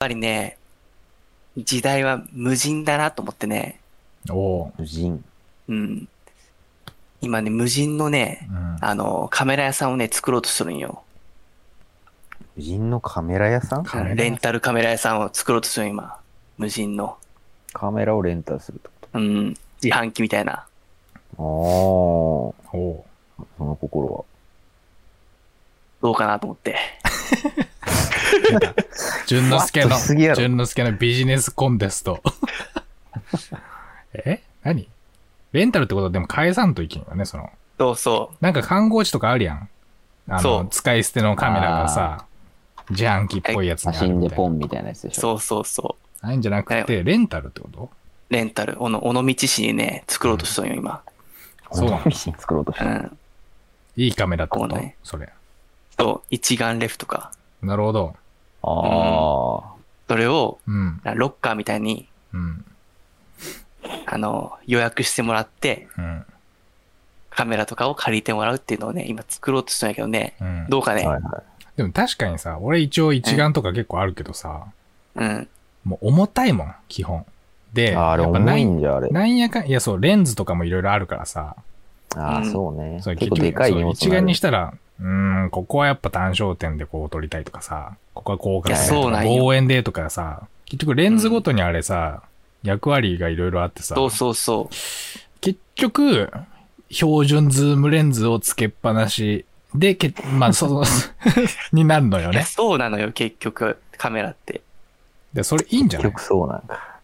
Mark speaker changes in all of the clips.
Speaker 1: ぱりね、時代は無人だなと思ってね、
Speaker 2: おお
Speaker 3: 無人。
Speaker 1: うん。今ね、無人のね、
Speaker 2: ー。うん。
Speaker 1: あの、カメラ屋さんをね、作ろうとするんよ。
Speaker 3: 無人のカメラ屋さん
Speaker 2: カメラ屋さん
Speaker 1: レンタルカメラ屋さんを作ろうとするんよ今。無人の。
Speaker 3: カメラをレンタルするってこ
Speaker 1: うん。自販機みたいな。
Speaker 3: と。あ
Speaker 2: おお
Speaker 3: あ、その心は。
Speaker 1: どうかなと思って。
Speaker 2: ー。淳之介
Speaker 3: ふわ
Speaker 2: の、
Speaker 3: っとしすぎやろ
Speaker 2: 淳之介のビジネスコンテスト。 え何レンタルってことはでも返さんといけんよね、その。
Speaker 1: そうそ
Speaker 2: なんか観光地とかあるやん。あ
Speaker 1: そ
Speaker 2: の
Speaker 1: う、
Speaker 2: 使い捨てのカメラがさ、自販機っぽいやつ
Speaker 3: 写
Speaker 2: にある
Speaker 3: 真
Speaker 2: み
Speaker 3: で
Speaker 2: たい
Speaker 3: ポ
Speaker 2: な。
Speaker 3: ンみたいなやつで
Speaker 1: う。
Speaker 3: しょ。
Speaker 1: そうそうそう。
Speaker 2: あいうんじゃなくて、レンタルってこと
Speaker 1: レンタル、おの、尾道市にね、作ろうとするんよ、今。
Speaker 2: そうなの
Speaker 3: ミシン作ろうとし
Speaker 1: う
Speaker 3: た。
Speaker 1: ん。
Speaker 2: いいカメラってこ
Speaker 1: ことうね
Speaker 2: それ。
Speaker 1: そう、一眼レフとか。
Speaker 2: なるほど。
Speaker 3: あ
Speaker 1: それを、
Speaker 2: うん。
Speaker 1: ロッカーみたいに、
Speaker 2: うん。
Speaker 1: あの、予約してもらって、
Speaker 2: うん。
Speaker 1: カメラとかを借りてもらうっていうのをね、今作ろうとしてるんやけどね、
Speaker 2: うん。
Speaker 1: どうか
Speaker 3: あ。
Speaker 1: ね。
Speaker 3: はいは
Speaker 2: でも確かにさ、俺一応一眼とか結構あるけどさ、
Speaker 1: うん。
Speaker 2: もう重たいもん、基本。で、
Speaker 3: い。ああれ
Speaker 2: やっぱ
Speaker 3: 重
Speaker 2: ないん
Speaker 3: んじゃ、あれ。
Speaker 2: なんやかん、いやそう、レンズとかもいろいろあるからさ、
Speaker 3: ああ、
Speaker 1: うん
Speaker 3: そうね。
Speaker 2: そう
Speaker 3: 結構でかい荷
Speaker 2: そう
Speaker 3: 物
Speaker 2: 一
Speaker 3: になる
Speaker 2: 眼にしたら、うーん、ここはやっぱ単焦点でこう撮りたいとかさ、ここは広角で
Speaker 1: いやそ
Speaker 2: と
Speaker 1: う
Speaker 2: か
Speaker 1: なんよ
Speaker 2: 望遠でとかさ、結局レンズごとにあれさ、役割がいろいろあってさ、
Speaker 1: そうそうそう。
Speaker 2: 結局、標準ズームレンズをつけっぱなしで、け まあ、その、になるのよ
Speaker 1: いや
Speaker 2: ね。
Speaker 1: そうなのよ、結局、カメラって。い
Speaker 2: で、それいいんじゃ
Speaker 3: 結
Speaker 2: ない
Speaker 3: 局そうなんか。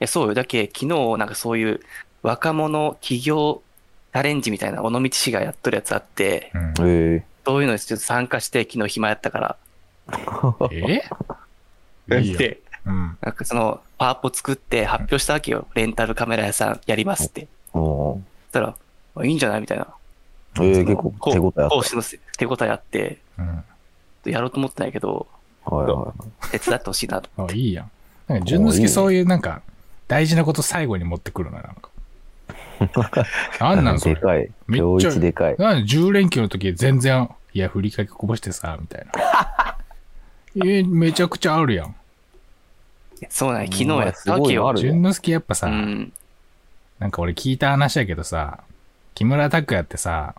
Speaker 1: や、そうよ。だけ、昨日、なんかそういう、若者起業チャレンジみたいな、尾道市がやっとるやつあって、
Speaker 2: うん
Speaker 3: え
Speaker 1: そういうのにちょっと参加して、昨日暇やったから。
Speaker 2: えいいよ。
Speaker 1: で、
Speaker 2: うん。
Speaker 1: なんかその、パワポ作って発表したわけよ。レンタルカメラ屋さんやりますって。
Speaker 3: え。も
Speaker 1: そしたら、あいいんじゃないみたいな。
Speaker 3: う、ええ、結構手応えあっ
Speaker 1: 講師の手応えあって、
Speaker 2: うん。
Speaker 1: やろうと思ってないけど、
Speaker 3: た。はいはい。
Speaker 1: 手伝ってほしいなと。
Speaker 2: あ、いいやん。なんか、淳之
Speaker 3: おーいい
Speaker 2: 介
Speaker 3: ね
Speaker 2: そういうなんか、大事なこと最後に持ってくるな、なんか。なんなんそれ
Speaker 3: で。かい。
Speaker 2: めっちゃ
Speaker 3: 両一でかい。
Speaker 2: なんで10連休の時全然、いや、ふりかけこぼしてさ、みたいな。え、めちゃくちゃあるやん。
Speaker 1: そうなんや、昨日
Speaker 3: う
Speaker 1: や
Speaker 3: ん
Speaker 1: ったわけ
Speaker 3: すごいの
Speaker 1: よ。
Speaker 3: あるね
Speaker 2: 淳之介やっぱさ、
Speaker 1: うん。
Speaker 2: なんか俺聞いた話だけどさ、木村拓哉ってさ、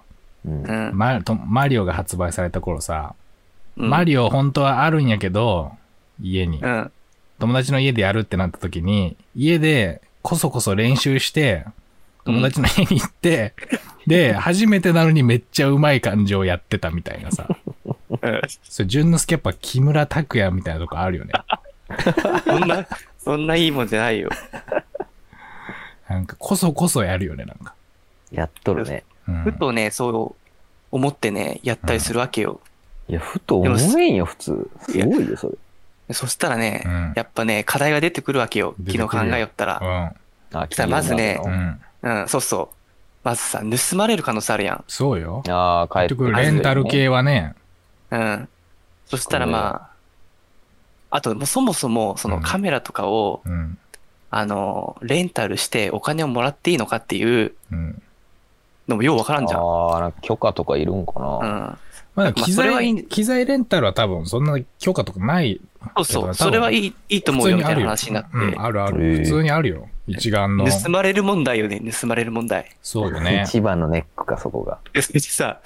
Speaker 3: うん
Speaker 1: う。ん。
Speaker 2: マとマリオが発売された頃さ、
Speaker 1: うん
Speaker 2: マリオ本当はあるんやけど、家に、
Speaker 1: うん。
Speaker 2: 友達の家でやるってなった時に、家でこそこそ練習して、友達の家に行って、で、初めてなのにめっちゃうまい感じをやってたみたいなさ。
Speaker 1: うん
Speaker 2: それ、純之助やっぱ木村拓哉みたいなとこあるよね。
Speaker 1: そんな、そんないいもんじゃないよ。
Speaker 2: なんか、こそこそやるよね、なんか。
Speaker 3: やっとるね。
Speaker 2: うん
Speaker 1: ふとね、そう思ってね、やったりするわけよ。
Speaker 3: いや、ふと思えんよ、普通。すごいよ、それ。
Speaker 1: そしたらね、
Speaker 2: うん
Speaker 1: やっぱね、課題が出てくるわけよ。
Speaker 2: 出て
Speaker 1: 昨
Speaker 2: くるよ
Speaker 1: 日考えよったら。
Speaker 3: あ、
Speaker 1: さまずね
Speaker 2: うん。うん。
Speaker 1: うん、そうそう。まずさ、盗まれる可能性あるやん。
Speaker 2: そうよ。
Speaker 3: ああ、帰っ
Speaker 2: 結
Speaker 3: て
Speaker 2: 局、レンタル
Speaker 3: ね。
Speaker 2: 系はね、
Speaker 1: うん。そしたらまあ、あと、もうそもそも、そのカメラとかを、
Speaker 2: うん。
Speaker 1: あの、レンタルしてお金をもらっていいのかっていう
Speaker 2: うん。
Speaker 1: のもようわからんじゃん。
Speaker 3: ああ、なんか許可とかいるんか
Speaker 1: う
Speaker 3: な。
Speaker 1: ん。
Speaker 2: まだ
Speaker 1: まあ
Speaker 2: 機
Speaker 1: それ
Speaker 2: 材、
Speaker 1: はいい
Speaker 2: 機材レンタルは多分そんな許可とかない。
Speaker 1: そうそ
Speaker 2: けど
Speaker 1: う。それはい
Speaker 2: い
Speaker 1: いいいと思うよみたいな話になって。
Speaker 2: うん、あるあ
Speaker 3: へ
Speaker 2: る。
Speaker 3: え
Speaker 2: 普通にあるよ。一眼の。
Speaker 1: 盗まれる問題よね、盗まれる問題。
Speaker 2: そうよね。
Speaker 3: 一番のネックか、そこが。
Speaker 1: で、それでさ、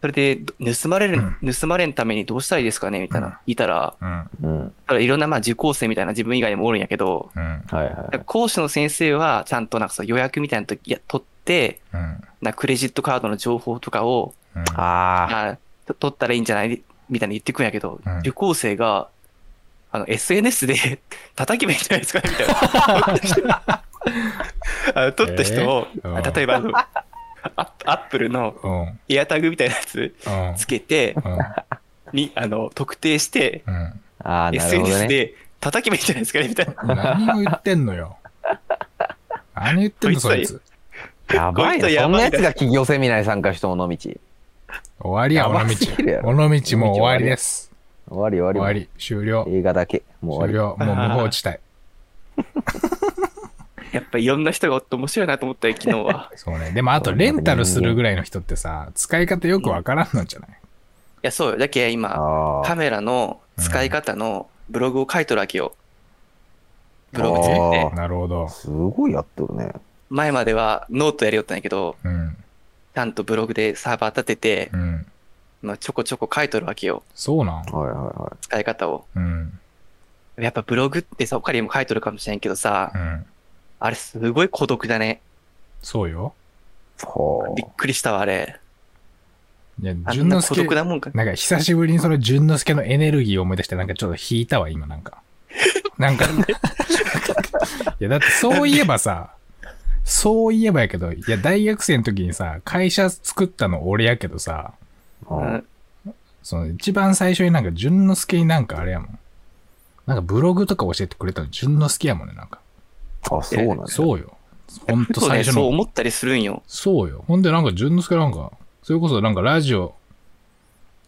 Speaker 1: それで、ど盗まれる、盗まれんためにどうしたらいいですかねみたい
Speaker 2: うん
Speaker 1: な、聞いたら、
Speaker 2: うん。
Speaker 3: うん。
Speaker 1: ただいろんなまあ受講生みたいな自分以外にもおるんやけど、
Speaker 2: うん。
Speaker 3: はいはい。
Speaker 1: 講師の先生はちゃんとなんかさ予約みたいなのといや取って、
Speaker 2: うん。
Speaker 1: なクレジットカードの情報とかを、
Speaker 2: うん
Speaker 3: ああ、
Speaker 1: あと取ったらいいんじゃないみたいに言ってくんやけど、
Speaker 2: うん
Speaker 1: 受講生が、あの、SNS で 叩けばいいんじゃないですかねみたいな。あ の取った人を、
Speaker 2: えーうん
Speaker 1: 例えばあの、アアップルの
Speaker 2: うん。うん。
Speaker 1: エアタグみたいなやつつけて、に、あの、特定して、
Speaker 2: うん。
Speaker 3: ああ、なるほど
Speaker 1: SNS
Speaker 3: ね。
Speaker 1: で叩けばいいんじゃないですかねみたいな。
Speaker 2: 何を言ってんのよ。何言ってんの、そいつ。
Speaker 3: やばい
Speaker 1: こいつ
Speaker 3: な。
Speaker 1: や
Speaker 3: そん
Speaker 1: ば
Speaker 3: ない
Speaker 1: な
Speaker 3: やつが企業セミナーに参加して、尾道。終
Speaker 2: 終わりや、
Speaker 3: や
Speaker 2: 尾
Speaker 3: ば
Speaker 2: 道
Speaker 3: すぎるや。ろ
Speaker 2: 尾道もう終わりです。
Speaker 3: わり終わり
Speaker 2: 終わり、終了。
Speaker 3: 映画だけ。もう
Speaker 2: 終
Speaker 3: 終
Speaker 2: 了。
Speaker 3: わ
Speaker 2: もう無法地帯。。
Speaker 1: やっぱいろんな人がおって面白いなと思ったよ、昨日は
Speaker 2: そうね。でも、あと、レンタルするぐらいの人ってさ、使い方よくわからんのじゃない
Speaker 1: いや、そうよ。だけ
Speaker 3: り。
Speaker 1: 今、
Speaker 3: あ
Speaker 1: カ
Speaker 3: あ。
Speaker 1: メラの使い方のブログを書いとるわけよ。ブログ作っ
Speaker 3: あ
Speaker 1: て
Speaker 3: ー。
Speaker 2: なるほど。
Speaker 3: すごいやってるね。
Speaker 1: 前まではノートやりよったんやけど、
Speaker 2: うん。
Speaker 1: ちゃんとブログでサーバー立てて
Speaker 2: う、ん。
Speaker 1: まあ、ちょこちょこ書いとるわけよ。
Speaker 2: そうなん。
Speaker 3: はいはいは
Speaker 1: 使い方を。
Speaker 2: うん。
Speaker 1: やっぱブログってさ、他にも書いとるかもしれんけどさ
Speaker 2: う、ん。
Speaker 1: あれすごい孤独だね。
Speaker 2: そうよ。
Speaker 3: い。は
Speaker 1: びっくりしたわ、あれ。
Speaker 2: いや、
Speaker 1: あん
Speaker 2: 淳
Speaker 1: な
Speaker 2: 之
Speaker 1: 孤
Speaker 2: 介
Speaker 1: 独、なもんか。
Speaker 2: なんか久しぶりにその淳之介のエネルギーを思い出して、なんかちょっと引いたわ、今なんか。なんか。いや、だってそういえばさ、そういえばやけど、いや、大学生の時にさ、会社作ったの俺やけどさ、
Speaker 1: う
Speaker 3: あ。は
Speaker 1: ん
Speaker 2: その一番最初になんか淳之介になんかあれやもん。なんかブログとか教えてくれたの淳之介やもんね、なんか。
Speaker 3: あ、あそうなんだ。
Speaker 2: そうよ。ほんと
Speaker 1: そう
Speaker 2: 最
Speaker 1: ね、
Speaker 2: 初
Speaker 1: そう
Speaker 2: の。
Speaker 1: 思ったりするんよ。
Speaker 2: そうよ。ほんでなんか淳之介なんか、それこそなんかラジオ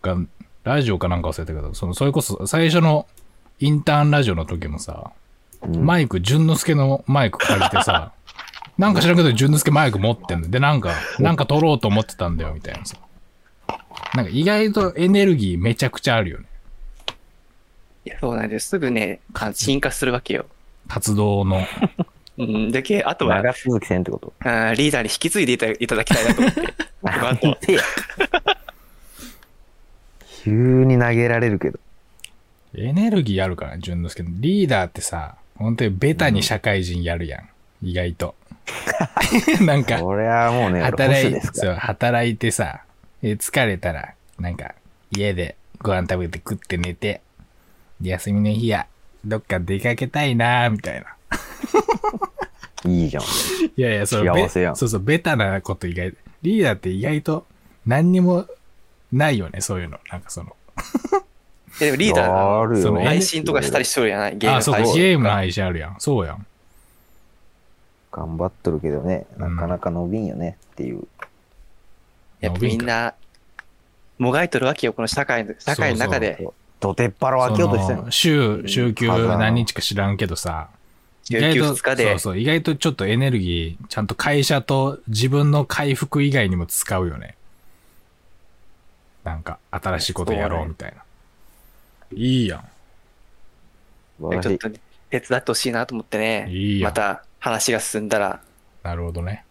Speaker 2: が、ラジオかなんか忘れたけど、その、それこそ最初のインターンラジオの時もさ、
Speaker 3: うん
Speaker 2: マイク、淳之介のマイク借りて さ、なんか知らんけど淳之介マイク持ってんの。で、なんか、なんか撮ろうと思ってたんだよ、みたいなさ。なんか意外とエネルギーめちゃくちゃあるよね。
Speaker 1: いや、そうなんです。すぐね、あの進化するわけよ。
Speaker 2: 活動の。
Speaker 1: うん、だけ、あとは、
Speaker 3: 長続きせんってこと。
Speaker 1: あーリーダーに引き継いでいたいただきたいなと思って。あとは
Speaker 3: で急に投げられるけど。
Speaker 2: エネルギーあるから、淳之介。リーダーってさ、本当にベタに社会人やるやん。意外 と。なんか、
Speaker 3: これはもうね、俺
Speaker 2: 働
Speaker 3: 保守
Speaker 2: い
Speaker 3: ですか
Speaker 2: そう働いてさ、え疲れたら、なんか、家でご飯食べて食って寝て、で休みの日や、どっか出かけたいなーみたいな。
Speaker 3: ら。いいじゃん。
Speaker 2: いやいや、そう、
Speaker 3: 幸
Speaker 2: べ
Speaker 3: せやん
Speaker 2: そうそう、ベタなこと意外、リーダーって意外と何にもないよね、そういうの。なんかその、
Speaker 1: えでもリーダー
Speaker 3: ある
Speaker 2: そ
Speaker 3: よ
Speaker 2: の。
Speaker 1: 配信とかしたりしとるやないゲーム
Speaker 2: あ、
Speaker 1: 配
Speaker 2: そうか
Speaker 1: 信。
Speaker 2: ゲームの配信あるやん。そうやん。
Speaker 3: 頑張っとるけどね、なかなか伸びんよねっていう。
Speaker 1: やっぱみんな、もがいとるわけよ、この社会の、社会の中で。
Speaker 3: どてっぱらを開けようとしてん
Speaker 2: そ
Speaker 3: の
Speaker 2: の。週、週休
Speaker 3: うん
Speaker 2: 何日か知らんけどさ、
Speaker 1: 週休2日
Speaker 2: そ
Speaker 1: で
Speaker 2: う、そう、意外とちょっとエネルギー、ちゃんと会社と自分の回復以外にも使うよね。なんか、新しいことやろうみたいな。いいや
Speaker 3: 素晴ら
Speaker 1: ち
Speaker 3: し
Speaker 1: ょっ
Speaker 3: い
Speaker 1: とね手伝ってほしいなと思ってね、
Speaker 2: いいや
Speaker 1: また話が進んだら、
Speaker 2: ん。なるほどね。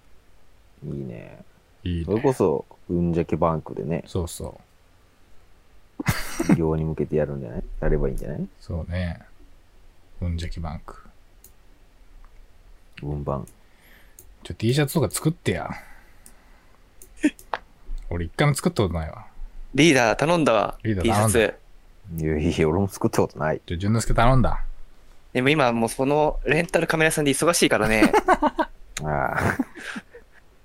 Speaker 3: いいね。
Speaker 2: いい
Speaker 3: それ
Speaker 2: ね。
Speaker 3: こそ、うんじゃけバンクで ね、
Speaker 2: そうそう。
Speaker 3: 企業に向けてやるんじゃないやればいいんじゃない
Speaker 2: そうね。うんじゃきバンク。
Speaker 3: 分番。
Speaker 2: ちょ、T シャツとか作ってや。 俺一回も作ったことないわ。
Speaker 1: リーダー頼んだわ、
Speaker 2: リーダー
Speaker 1: T シャ
Speaker 2: 頼
Speaker 1: ツ。
Speaker 3: いやいや、俺も作ったことない。
Speaker 2: じゃ、淳之介頼んだ。
Speaker 1: でも今もうそのレンタルカメラ屋さんで忙しいから ね、
Speaker 3: あ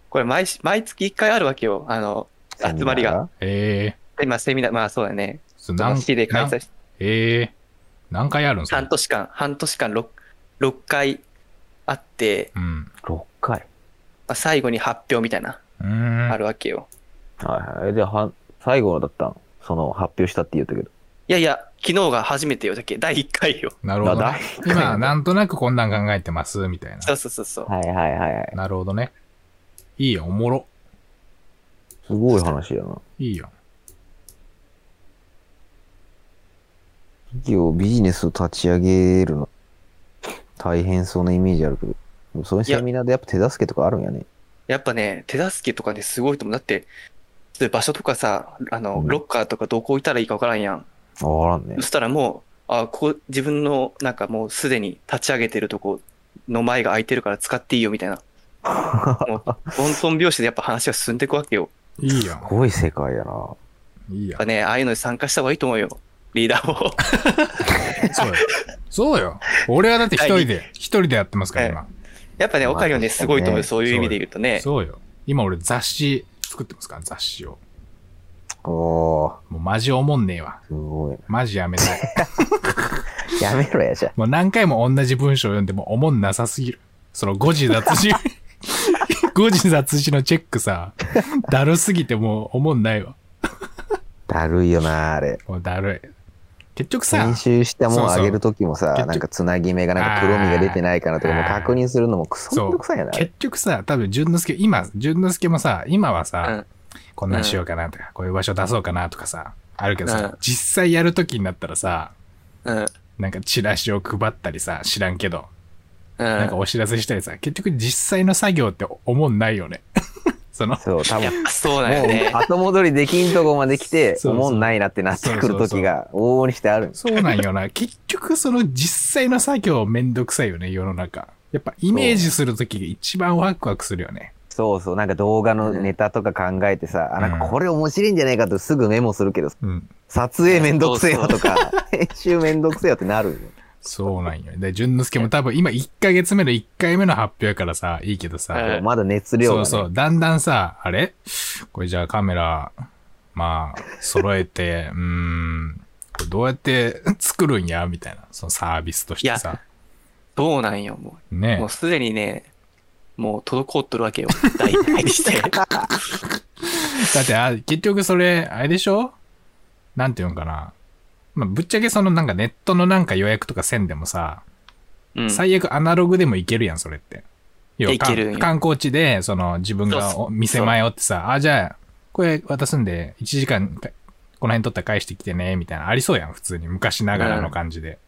Speaker 1: これ毎し毎月1回あるわけよ、あの、
Speaker 3: あ。
Speaker 1: 集まりが。
Speaker 2: ええ
Speaker 1: 今セミナー、まあそうだね、
Speaker 2: そう
Speaker 1: その
Speaker 2: 何
Speaker 1: 市で開催し
Speaker 2: ええ何回あるんすか
Speaker 1: 半年間、半年間 6, 6回あって、
Speaker 2: うん。
Speaker 3: 6回。
Speaker 1: まあ、最後に発表みたいな、
Speaker 2: うーん。
Speaker 1: あるわけよ。
Speaker 3: はいはい。で、は、最後のだったんその、発表したって言ったけど。
Speaker 1: いやいや、昨日が初めてよ、だっけ、第1回よ。
Speaker 2: なるほどね、
Speaker 3: だ だ
Speaker 2: 今、なんとなくこんなん考えてます、みたいな。
Speaker 1: そうそうそうそう。
Speaker 3: はいはいは いはい。
Speaker 2: なるほどね。いいよ、おもろ。
Speaker 3: すごい話やな。
Speaker 2: いいよ。
Speaker 3: 企業、ビジネスを立ち上げるの、大変そうなイメージあるけど、そういうセミナーでやっぱ手助けとかあるんやね。
Speaker 1: やっぱね、手助けとかね、すごいと思う。だって、例えば場所とかさ、あの、
Speaker 3: うん
Speaker 1: ロッカーとかどこ置いたらいいかわからんやん。
Speaker 3: あわからんね
Speaker 1: そ。したらもう、あ、こう、自分の、なんかもうすでに立ち上げてるとこの前が空いてるから使っていいよみたいな。もう、温存拍子でやっぱ話が進んでいくわけよ。
Speaker 2: いいよ
Speaker 3: す。ごい世界やな。
Speaker 2: いい
Speaker 1: や
Speaker 2: よ
Speaker 1: っぱ。ね、ああいうのに参加した方がいいと思うよ。リーダーを。
Speaker 2: そうよ。そうよ。俺はだって一人で、一人でやってますから、今。
Speaker 1: やっぱね、
Speaker 3: まあ
Speaker 1: オカリオンね、すごいと思うよ。
Speaker 3: そ
Speaker 1: そういう意味で言うとね。
Speaker 2: そうよ。今俺雑誌作ってますから、雑誌を。
Speaker 3: おー、
Speaker 2: もうマジおもんねえわ。
Speaker 3: すごい
Speaker 2: マジ やめたい。
Speaker 3: な。やめろや、じゃ
Speaker 2: もう何回も同じ文章を読んでもおもんなさすぎる。その5時雑 誌、5時雑誌のチェックさ、だるすぎてもうおもんないわ。
Speaker 3: あ。だるいよな、あれ。
Speaker 2: もうだるい。結局さ、
Speaker 3: 編集したもん
Speaker 2: そうそう
Speaker 3: あげるときもさ
Speaker 2: 結、局
Speaker 3: なんかつなぎ目がなんか黒みが出てないかなとか、
Speaker 2: あー
Speaker 3: もう確認するのもクソめんどくさいよな。
Speaker 2: 結局さ、多分、淳之介、今、淳之介もさ、今はさ、
Speaker 1: うん
Speaker 2: こんなんしようかなとか、こういう場所出そうかなとかさ、あるけどさ、
Speaker 1: うん
Speaker 2: 実際やるときになったらさ、
Speaker 1: うん。
Speaker 2: なんかチラシを配ったりさ、知らんけど、
Speaker 1: うん。
Speaker 2: なんかお知らせしたりさ、結局実際の作業って思んないよね。 その、
Speaker 3: そう、多
Speaker 1: やっ
Speaker 3: 分。
Speaker 1: ぱそうなんよね
Speaker 3: もう。後戻りできんとこまで来て、
Speaker 2: そうそう
Speaker 3: 思んないなってなってくる時が往々にしてあるんです。
Speaker 2: そうなんよ な。結局その実際の作業めんどくさいよね、世の中。やっぱイメージするときが一番ワクワクするよね。
Speaker 3: そうそう、なんか動画のネタとか考えてさ、あ、なんか
Speaker 2: うん
Speaker 3: これ面白いんじゃないかとすぐメモするけど、
Speaker 2: うん。
Speaker 3: 撮影めんどくせえよとか、 編集めんどくせえよってなるよ。
Speaker 2: そうなんよね。で、淳之介も多分今1ヶ月目の1回目の発表やからさ、いいけどさ、
Speaker 1: うん
Speaker 3: まだ熱量
Speaker 2: そ
Speaker 3: が、
Speaker 2: う
Speaker 3: ね。
Speaker 2: そう。だんだんさ、あれこれじゃあカメラ、まあ、揃えて、 うーん、これどうやって作るんやみたいな。そのサービスとしてさ。
Speaker 1: そうなんよ、もう。も
Speaker 2: ね
Speaker 1: うすでにね、もう滞っとるわけよ。大体にして。
Speaker 2: だってあ、結局それ、あれでしょなんていうのかな。まあ、ぶっちゃけそのなんかネットのなんか予約とかせんでもさ、
Speaker 1: うん。
Speaker 2: 最悪アナログでもいけるやん、それって。要はか
Speaker 1: いけるんよ
Speaker 2: 観光地で、その自分が
Speaker 1: そう
Speaker 2: お店前おってさ、あ、じゃあ、これ渡すんで、1時間、この辺取ったら返してきてね、みたいな、ありそうやん、普通に。昔ながらの感じで。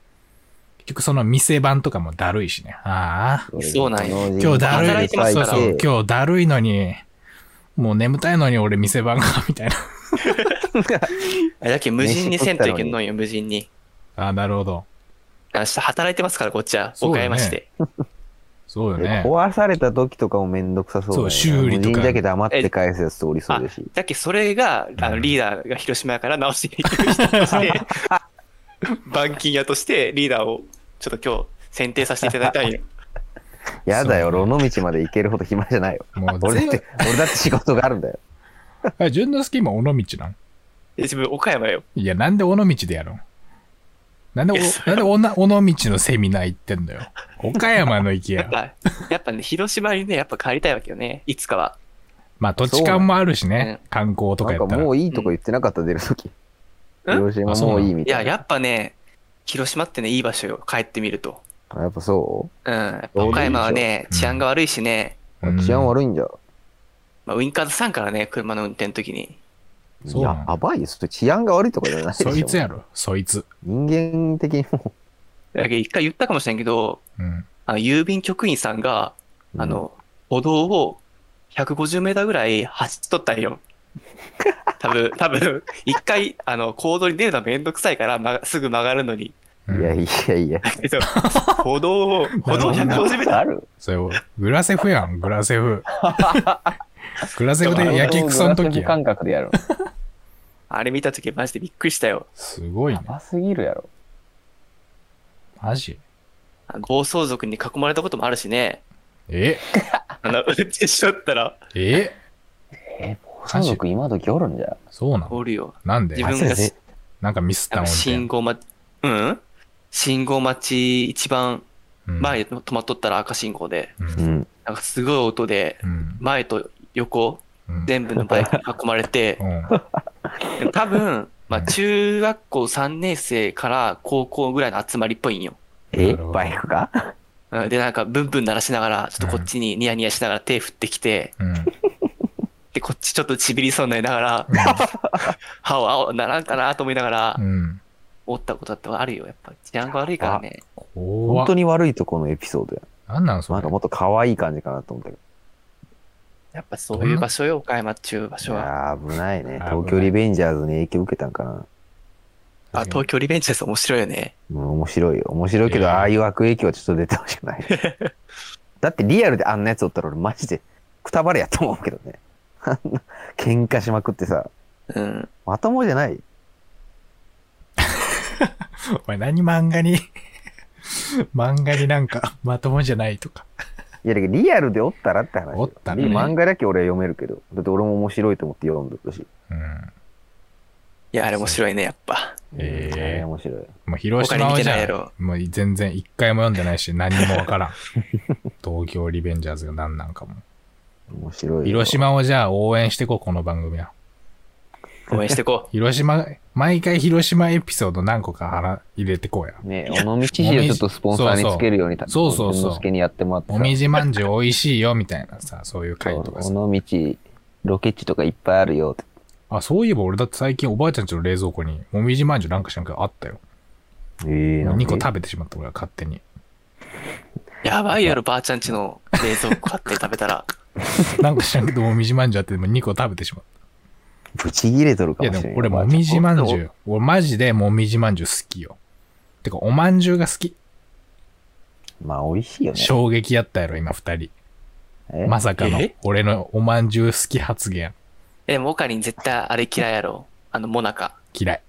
Speaker 2: 結局その店番とかもだるいしね。ああ、
Speaker 1: そうなんよ
Speaker 2: 今日だる
Speaker 1: 働
Speaker 2: い。
Speaker 1: いてます
Speaker 2: そ
Speaker 1: から
Speaker 2: うそう、今日だるいのに、もう眠たいのに俺店番が、みたいな。
Speaker 1: あだっけ無人にせんといけんのんよ、無人に。
Speaker 2: ああ、なるほど。
Speaker 1: 明日働いてますから、こっちは。
Speaker 2: そう
Speaker 1: 岡
Speaker 2: だね
Speaker 1: 山市で。
Speaker 2: そうよね。
Speaker 3: 壊された時とかもめんどくさそうだよね
Speaker 2: そう修理とか
Speaker 3: 無人だけ黙って返すやつとおりそうですし。
Speaker 1: だっけそれが、あ
Speaker 2: う
Speaker 1: の、
Speaker 2: ん
Speaker 1: リーダーが広島やから直しに行く人として、 板金屋としてリーダーをちょっと今日選定させていただい たんよ。
Speaker 3: やだよ、
Speaker 2: そう
Speaker 3: 炉の道まで行けるほど暇じゃないよ。
Speaker 2: もう
Speaker 3: 俺
Speaker 2: 全
Speaker 3: だって
Speaker 2: 部、、
Speaker 3: 俺だって仕事があるんだよ。
Speaker 2: あ、純之助今、尾道なん
Speaker 1: で自分、岡山よ。
Speaker 2: いや、なんで尾道でやろうなんでお
Speaker 1: いやそ、
Speaker 2: なんでおな尾道のセミナー行ってんだよ。岡山の池
Speaker 1: やっ
Speaker 2: や。
Speaker 1: ぱ、やっぱね、広島にね、やっぱ帰りたいわけよね。いつかは。
Speaker 2: まあ、土地勘もあるし
Speaker 1: そうなん
Speaker 2: ね。観光 とか
Speaker 3: なん
Speaker 2: や
Speaker 3: か
Speaker 2: ったら
Speaker 3: も。ういいとこ言ってなかった、出るとき。
Speaker 1: うん
Speaker 3: 広島もういいみ
Speaker 1: い
Speaker 3: た
Speaker 1: や、
Speaker 3: いな。
Speaker 1: やっぱね、広島ってね、いい場所よ。帰ってみると。
Speaker 3: あやっぱそ
Speaker 1: うん。やっぱ
Speaker 3: どうでしょう
Speaker 1: 岡山はね、
Speaker 2: うん
Speaker 1: 治安が悪いしね、
Speaker 3: う
Speaker 2: うん
Speaker 3: 治安悪いんじゃ。
Speaker 1: まあ、ウィンカーズさんからね、車の運転の時に。
Speaker 2: そうなの
Speaker 3: ややばいよ。それ治安が悪いとかじゃないでしょ。
Speaker 2: そいつやろ、そいつ。
Speaker 3: 人間的にも
Speaker 1: だけど一回言ったかもしれんけど、
Speaker 2: うん。
Speaker 1: あの郵便局員さんが、
Speaker 3: う。
Speaker 1: あの、歩道を150メーターぐらい走っとったん よ。多分、多分、一回、あの、行動に出るのはめんどくさいから、ま、すぐ曲がるの に。
Speaker 2: う
Speaker 3: いや
Speaker 2: ん、
Speaker 3: いやいや。
Speaker 1: えっと歩道を、歩道
Speaker 2: なる
Speaker 1: 150メーター
Speaker 3: ある
Speaker 2: それを、グラセフやん、グラセフ。グラセフで焼き草の時やん。
Speaker 4: 感覚でやる。
Speaker 1: あれ見た時マジでびっくりしたよ。
Speaker 2: すごいね
Speaker 4: や。ばすぎるやろ。
Speaker 2: マジ
Speaker 1: あの暴走族に囲まれたこともあるしね。
Speaker 2: え
Speaker 1: あ の、運転しとったら、
Speaker 2: え
Speaker 4: え、暴走族今時おるんじゃ。
Speaker 2: そうなの
Speaker 1: おるよ。
Speaker 2: なんで
Speaker 1: 自分がし、
Speaker 2: なんかミスっ
Speaker 1: あ
Speaker 2: た
Speaker 1: の
Speaker 2: ん
Speaker 1: 信号待ち、うん信号待ち一番
Speaker 2: うん
Speaker 1: 前で止まっとったら赤信号で、
Speaker 2: う。
Speaker 3: うんん。
Speaker 1: なんかすごい音で、
Speaker 2: うん。
Speaker 1: 前と横、
Speaker 2: うん。
Speaker 1: 全部のバイクに囲まれて
Speaker 2: う、ん。
Speaker 1: でも多分、まあ、
Speaker 2: うん
Speaker 1: 中学校3年生から高校ぐらいの集まりっぽいんよ。
Speaker 2: な
Speaker 3: え
Speaker 2: るほど
Speaker 3: バイクが
Speaker 1: うんで、なんか、ブンブン鳴らしながら、ちょっとこっちにニヤニヤしながら手振ってきて、
Speaker 2: うん。
Speaker 1: で、こっちちょっとちびりそうになりながら、はおはおならんかなと思いながら
Speaker 2: う、ん。
Speaker 1: おったことだってあるよ。やっぱ、治安が悪いからね。
Speaker 2: 怖
Speaker 3: 本
Speaker 2: っ
Speaker 3: 当に悪いとこのエピソードや。
Speaker 2: なんなんそ
Speaker 3: な
Speaker 2: れ
Speaker 3: んかもっと可愛い感じかなと思ったけ
Speaker 1: やっぱそういう場所よ、岡山っちゅう場所
Speaker 3: ど。い
Speaker 1: は。
Speaker 3: やー危ないね。
Speaker 2: 危ない
Speaker 3: 東京リベンジャーズに影響受けたんかな。
Speaker 1: あ、東京リベンジです。面白いよね。
Speaker 3: うん、面白いよ。面白いけ
Speaker 2: い
Speaker 3: ど、
Speaker 2: や
Speaker 3: ああいう悪影響はちょっと出てほし くない。だってリアルであんなやつおったら俺マジでくたばれやと思うけどね。 あんな喧嘩しまくってさ、
Speaker 1: うん。
Speaker 3: まともじゃない。
Speaker 2: お前何漫画に 漫画になんかまともじゃないとか。
Speaker 3: いやだけどリアルでおったらって話よ。
Speaker 2: おったらね
Speaker 3: リ漫画だけ俺は読めるけど。だって俺も面白いと思って読んでるし。
Speaker 2: うん。
Speaker 1: いや、あれ面白いね、やっぱ。
Speaker 2: ええ
Speaker 3: あれ面白い。
Speaker 2: もう広
Speaker 1: 他
Speaker 2: 島
Speaker 1: に
Speaker 2: は
Speaker 1: 見
Speaker 2: じ
Speaker 1: てない
Speaker 2: ゃ
Speaker 1: やろ
Speaker 2: もう全然一回も読んでないし何にもわ からん。東京リベンジャーズが何なんかも。
Speaker 3: 面白いよ。
Speaker 2: 広島をじゃあ応援してこう、この番組は。
Speaker 1: 応援してこ
Speaker 2: 広島、毎回広島エピソード何個か腹入れてこうや。
Speaker 3: ね尾道市をちょっとスポンサーにつけるように、
Speaker 2: そうそうそうそうそうそう
Speaker 3: のすけにやってもらって
Speaker 2: も
Speaker 3: さ
Speaker 2: みじまんじゅう美味しいよ、みたいなさ、そういう回とか
Speaker 3: そ
Speaker 2: さ
Speaker 3: う。尾道、ロケ地とかいっぱいあるよって。
Speaker 2: あ、そういえば俺だって最近おばあちゃんちの冷蔵庫にもみじまんじゅうなんかしなくてあったよ。
Speaker 3: ええなんか
Speaker 2: 2個食べてしまった俺は勝手に。
Speaker 1: やばいやろ、ばあちゃんちの冷蔵庫買って食べたら。
Speaker 2: なんか知らんけど、もみじまんじゅうあって、でも2個食べてしまっ
Speaker 3: ぶち切れとるか
Speaker 2: た。いや
Speaker 3: も
Speaker 2: で
Speaker 3: しれん
Speaker 2: も俺もみじまんじゅう。俺マジでもみじまんじゅう好きよ。てか、おまんじゅうが好き。
Speaker 3: まあ、美味しいよね。
Speaker 2: 衝撃やったやろ、今二人。
Speaker 3: え
Speaker 2: まさかの
Speaker 1: え、
Speaker 2: 俺のおまんじゅう好き発言。
Speaker 1: えでも、オカリン絶対あれ嫌いやろ。あの、モナカ。
Speaker 2: 嫌 い。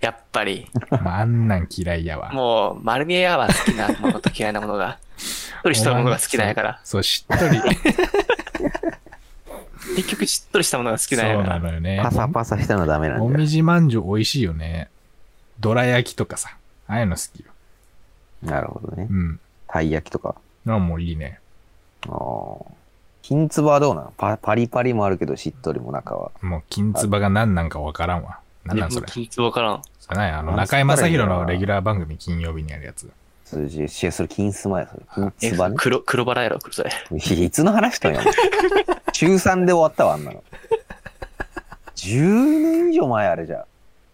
Speaker 1: やっぱり。
Speaker 2: まあ、あんなん嫌いやわ。
Speaker 1: もう、丸見えやわ、好きなものと嫌いなものが。しっとりしたものが好きなんやから。
Speaker 2: そう、しっ とり。
Speaker 1: 結局、しっとりしたものが好き
Speaker 2: そう
Speaker 1: なんやか
Speaker 2: な
Speaker 1: ら。
Speaker 2: のよね
Speaker 3: パ。サパサしたのはダメなん
Speaker 2: も
Speaker 3: だよ
Speaker 2: み。じまんじゅう美味しいよね。どら焼きとかさ。ああいうの好きよ。
Speaker 3: なるほどね
Speaker 2: う。ん。
Speaker 3: たい焼きとか。
Speaker 2: のもいいね。
Speaker 3: ああ。きんつばはどうなのパパリパリもあるけど、しっとりも中は。
Speaker 2: もう、金つばが何なんかわからんわ。何なんそれ。
Speaker 1: 緊張わからん。
Speaker 2: それ何やあの、
Speaker 3: あ
Speaker 2: 中居正広
Speaker 3: そっ
Speaker 2: の
Speaker 3: からいいな
Speaker 2: レギュラー番組金曜日にやるやつ。
Speaker 3: 数字、いやそれ、金スマや、それ。金
Speaker 1: え
Speaker 3: つばね。
Speaker 1: 黒、黒バラやろ、黒それ。
Speaker 3: いやいつの話とんや。お前 中3で終わったわ、あんなの。10年以上前あれじゃ。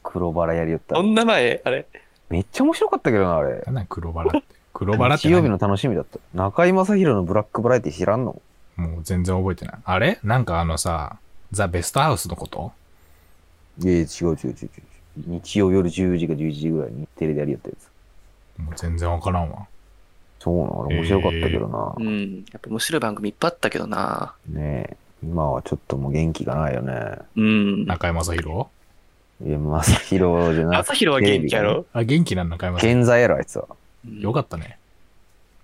Speaker 3: 黒バラやりよった
Speaker 1: そ。んな前、あれ。
Speaker 3: めっちゃ面白かったけどな、あれ。
Speaker 2: なんなん黒バラって。黒バラって
Speaker 3: 日曜日
Speaker 2: 何
Speaker 3: の楽しみだった。中居正広のブラックバラエティ知らんの
Speaker 2: もう全然覚えてない。あれなんかあのさ、ザ・ベストハウスのこと
Speaker 3: いやいや、違う違う違う違う。日曜夜10時か11時ぐらいにテレでやりよったやつ。
Speaker 2: もう全然わからんわ。
Speaker 3: そうなの、あれ面白かったけどな
Speaker 1: う。ん。やっぱ面白い番組いっぱいあったけどな。
Speaker 3: ねえ。今はちょっともう元気がないよね。
Speaker 1: うん。
Speaker 2: 中居正広
Speaker 3: いや、正広じゃなく
Speaker 1: 朝広は元気やろ。
Speaker 2: あ、元気なん中居正
Speaker 3: 健在やろ、あいつは。
Speaker 1: うん
Speaker 2: 広。よかったね。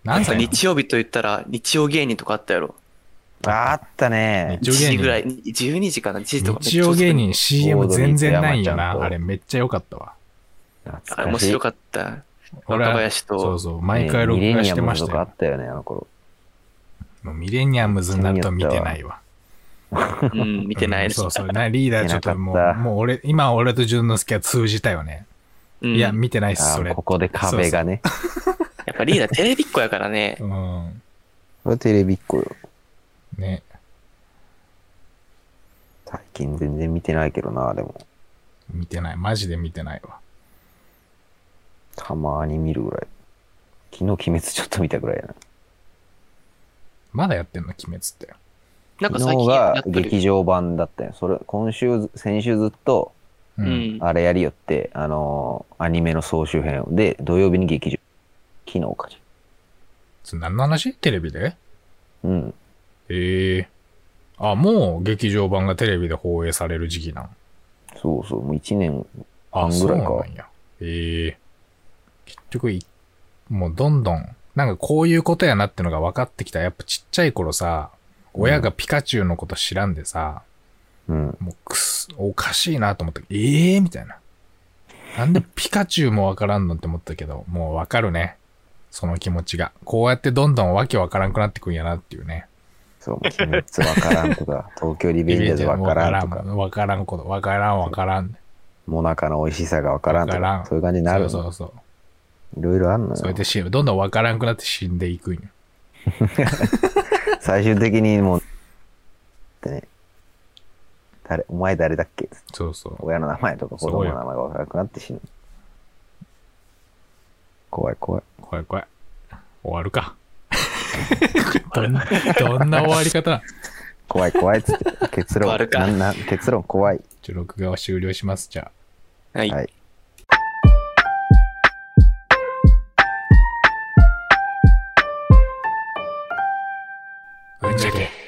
Speaker 2: 何歳なの
Speaker 1: 日曜日と言ったら、日曜芸人とかあったやろ。
Speaker 3: ああったね。
Speaker 1: 1
Speaker 2: 日曜芸
Speaker 1: 時
Speaker 2: 人
Speaker 1: ぐらい、12時かな、1時とかめっ
Speaker 2: 日
Speaker 1: ちゃ
Speaker 2: 曜
Speaker 1: 遅く
Speaker 2: 芸人 CM 全然ないよ
Speaker 3: オードリーと山ちゃん
Speaker 2: な。
Speaker 3: と
Speaker 2: あれめっちゃ良かったわ。
Speaker 1: あれ面白
Speaker 3: っ
Speaker 1: かった。
Speaker 2: 俺
Speaker 1: 若
Speaker 2: は、
Speaker 1: 林
Speaker 2: そう
Speaker 1: と、
Speaker 2: そう、毎回録画してました
Speaker 3: ミレニアムズとかあ
Speaker 2: よ。
Speaker 3: ったよね、あの頃。
Speaker 2: もうミレニアムズになると見てないわ。
Speaker 1: うん、見てない
Speaker 2: うん
Speaker 1: です
Speaker 2: そうそう。なリーダーちょっとも
Speaker 3: 見てな
Speaker 2: う、
Speaker 3: かった
Speaker 2: もう俺、今俺と淳之介は通じたよね。
Speaker 1: うん
Speaker 2: いや、見てないっす、
Speaker 3: あ
Speaker 2: そ
Speaker 3: ー
Speaker 2: れ
Speaker 3: こ。こで壁がね。
Speaker 1: やっぱリーダーテレビっ子やからね。
Speaker 2: うん。
Speaker 3: これテレビっ子よ。
Speaker 2: ね。
Speaker 3: 最近全然見てないけどな、でも。
Speaker 2: 見てない。マジで見てないわ。
Speaker 3: たまに見るぐらい。昨日鬼滅ちょっと見たぐらいやな。
Speaker 2: まだやってんの鬼滅って。
Speaker 1: なんか
Speaker 3: 昨
Speaker 1: 最
Speaker 3: 日
Speaker 1: 近や
Speaker 3: が
Speaker 1: ってる
Speaker 3: 劇。場版だったよ。それ、今週、先週ずっと、
Speaker 2: う
Speaker 1: う。ん。
Speaker 3: あれやりよって、あのーアニメの総集編をで、土曜日に劇場。昨日かじ
Speaker 2: それ何の話テレビで
Speaker 3: ゃん。うん。
Speaker 2: ええあ、もう劇場版がテレビで放映される時期なん。
Speaker 3: そうそう、もう一年。
Speaker 2: あ、
Speaker 3: 半ぐらいか
Speaker 2: そうなんや。ええ結局い、もうどんどん、なんかこういうことやなってのが分かってきた。やっぱちっちゃい頃さ、親がピカチュウのこと知らんでさ、
Speaker 3: うん。
Speaker 2: もうくす、おかしいなと思った。ええみたいな。なんでピカチュウもわからんのって思ったけど、もうわかるね。その気持ちが。こうやってどんどんわけわからんくなってくんやなっていうね。
Speaker 3: そう、もう鬼滅わからんとか、東京リベンジャーズわからんとか、
Speaker 2: わからんこと、わからんわからん。
Speaker 3: モナカの美味しさがわからんと
Speaker 2: わからん
Speaker 3: か、そういう感じになるの。
Speaker 2: そうそうそう。
Speaker 3: いろいろあんの
Speaker 2: そうやっ
Speaker 3: よ
Speaker 2: て。し、どんどんわからんくなって死んでいくんよ。
Speaker 3: 最終的にもう、ってね、誰、お前誰だっけ
Speaker 2: そうそう。
Speaker 3: 親の名前とか子供の名前がわからなくなって死ぬ。怖い怖い。
Speaker 2: 怖い怖い。終わる か。どんどんな終わり方なん
Speaker 3: 怖い怖いっつって。結
Speaker 1: 終
Speaker 3: 論
Speaker 1: わる、か
Speaker 3: なんなん結論怖い。
Speaker 2: ちょ、録画は終了します。じゃあ。
Speaker 1: はい。
Speaker 3: はい
Speaker 2: うんじゃけ。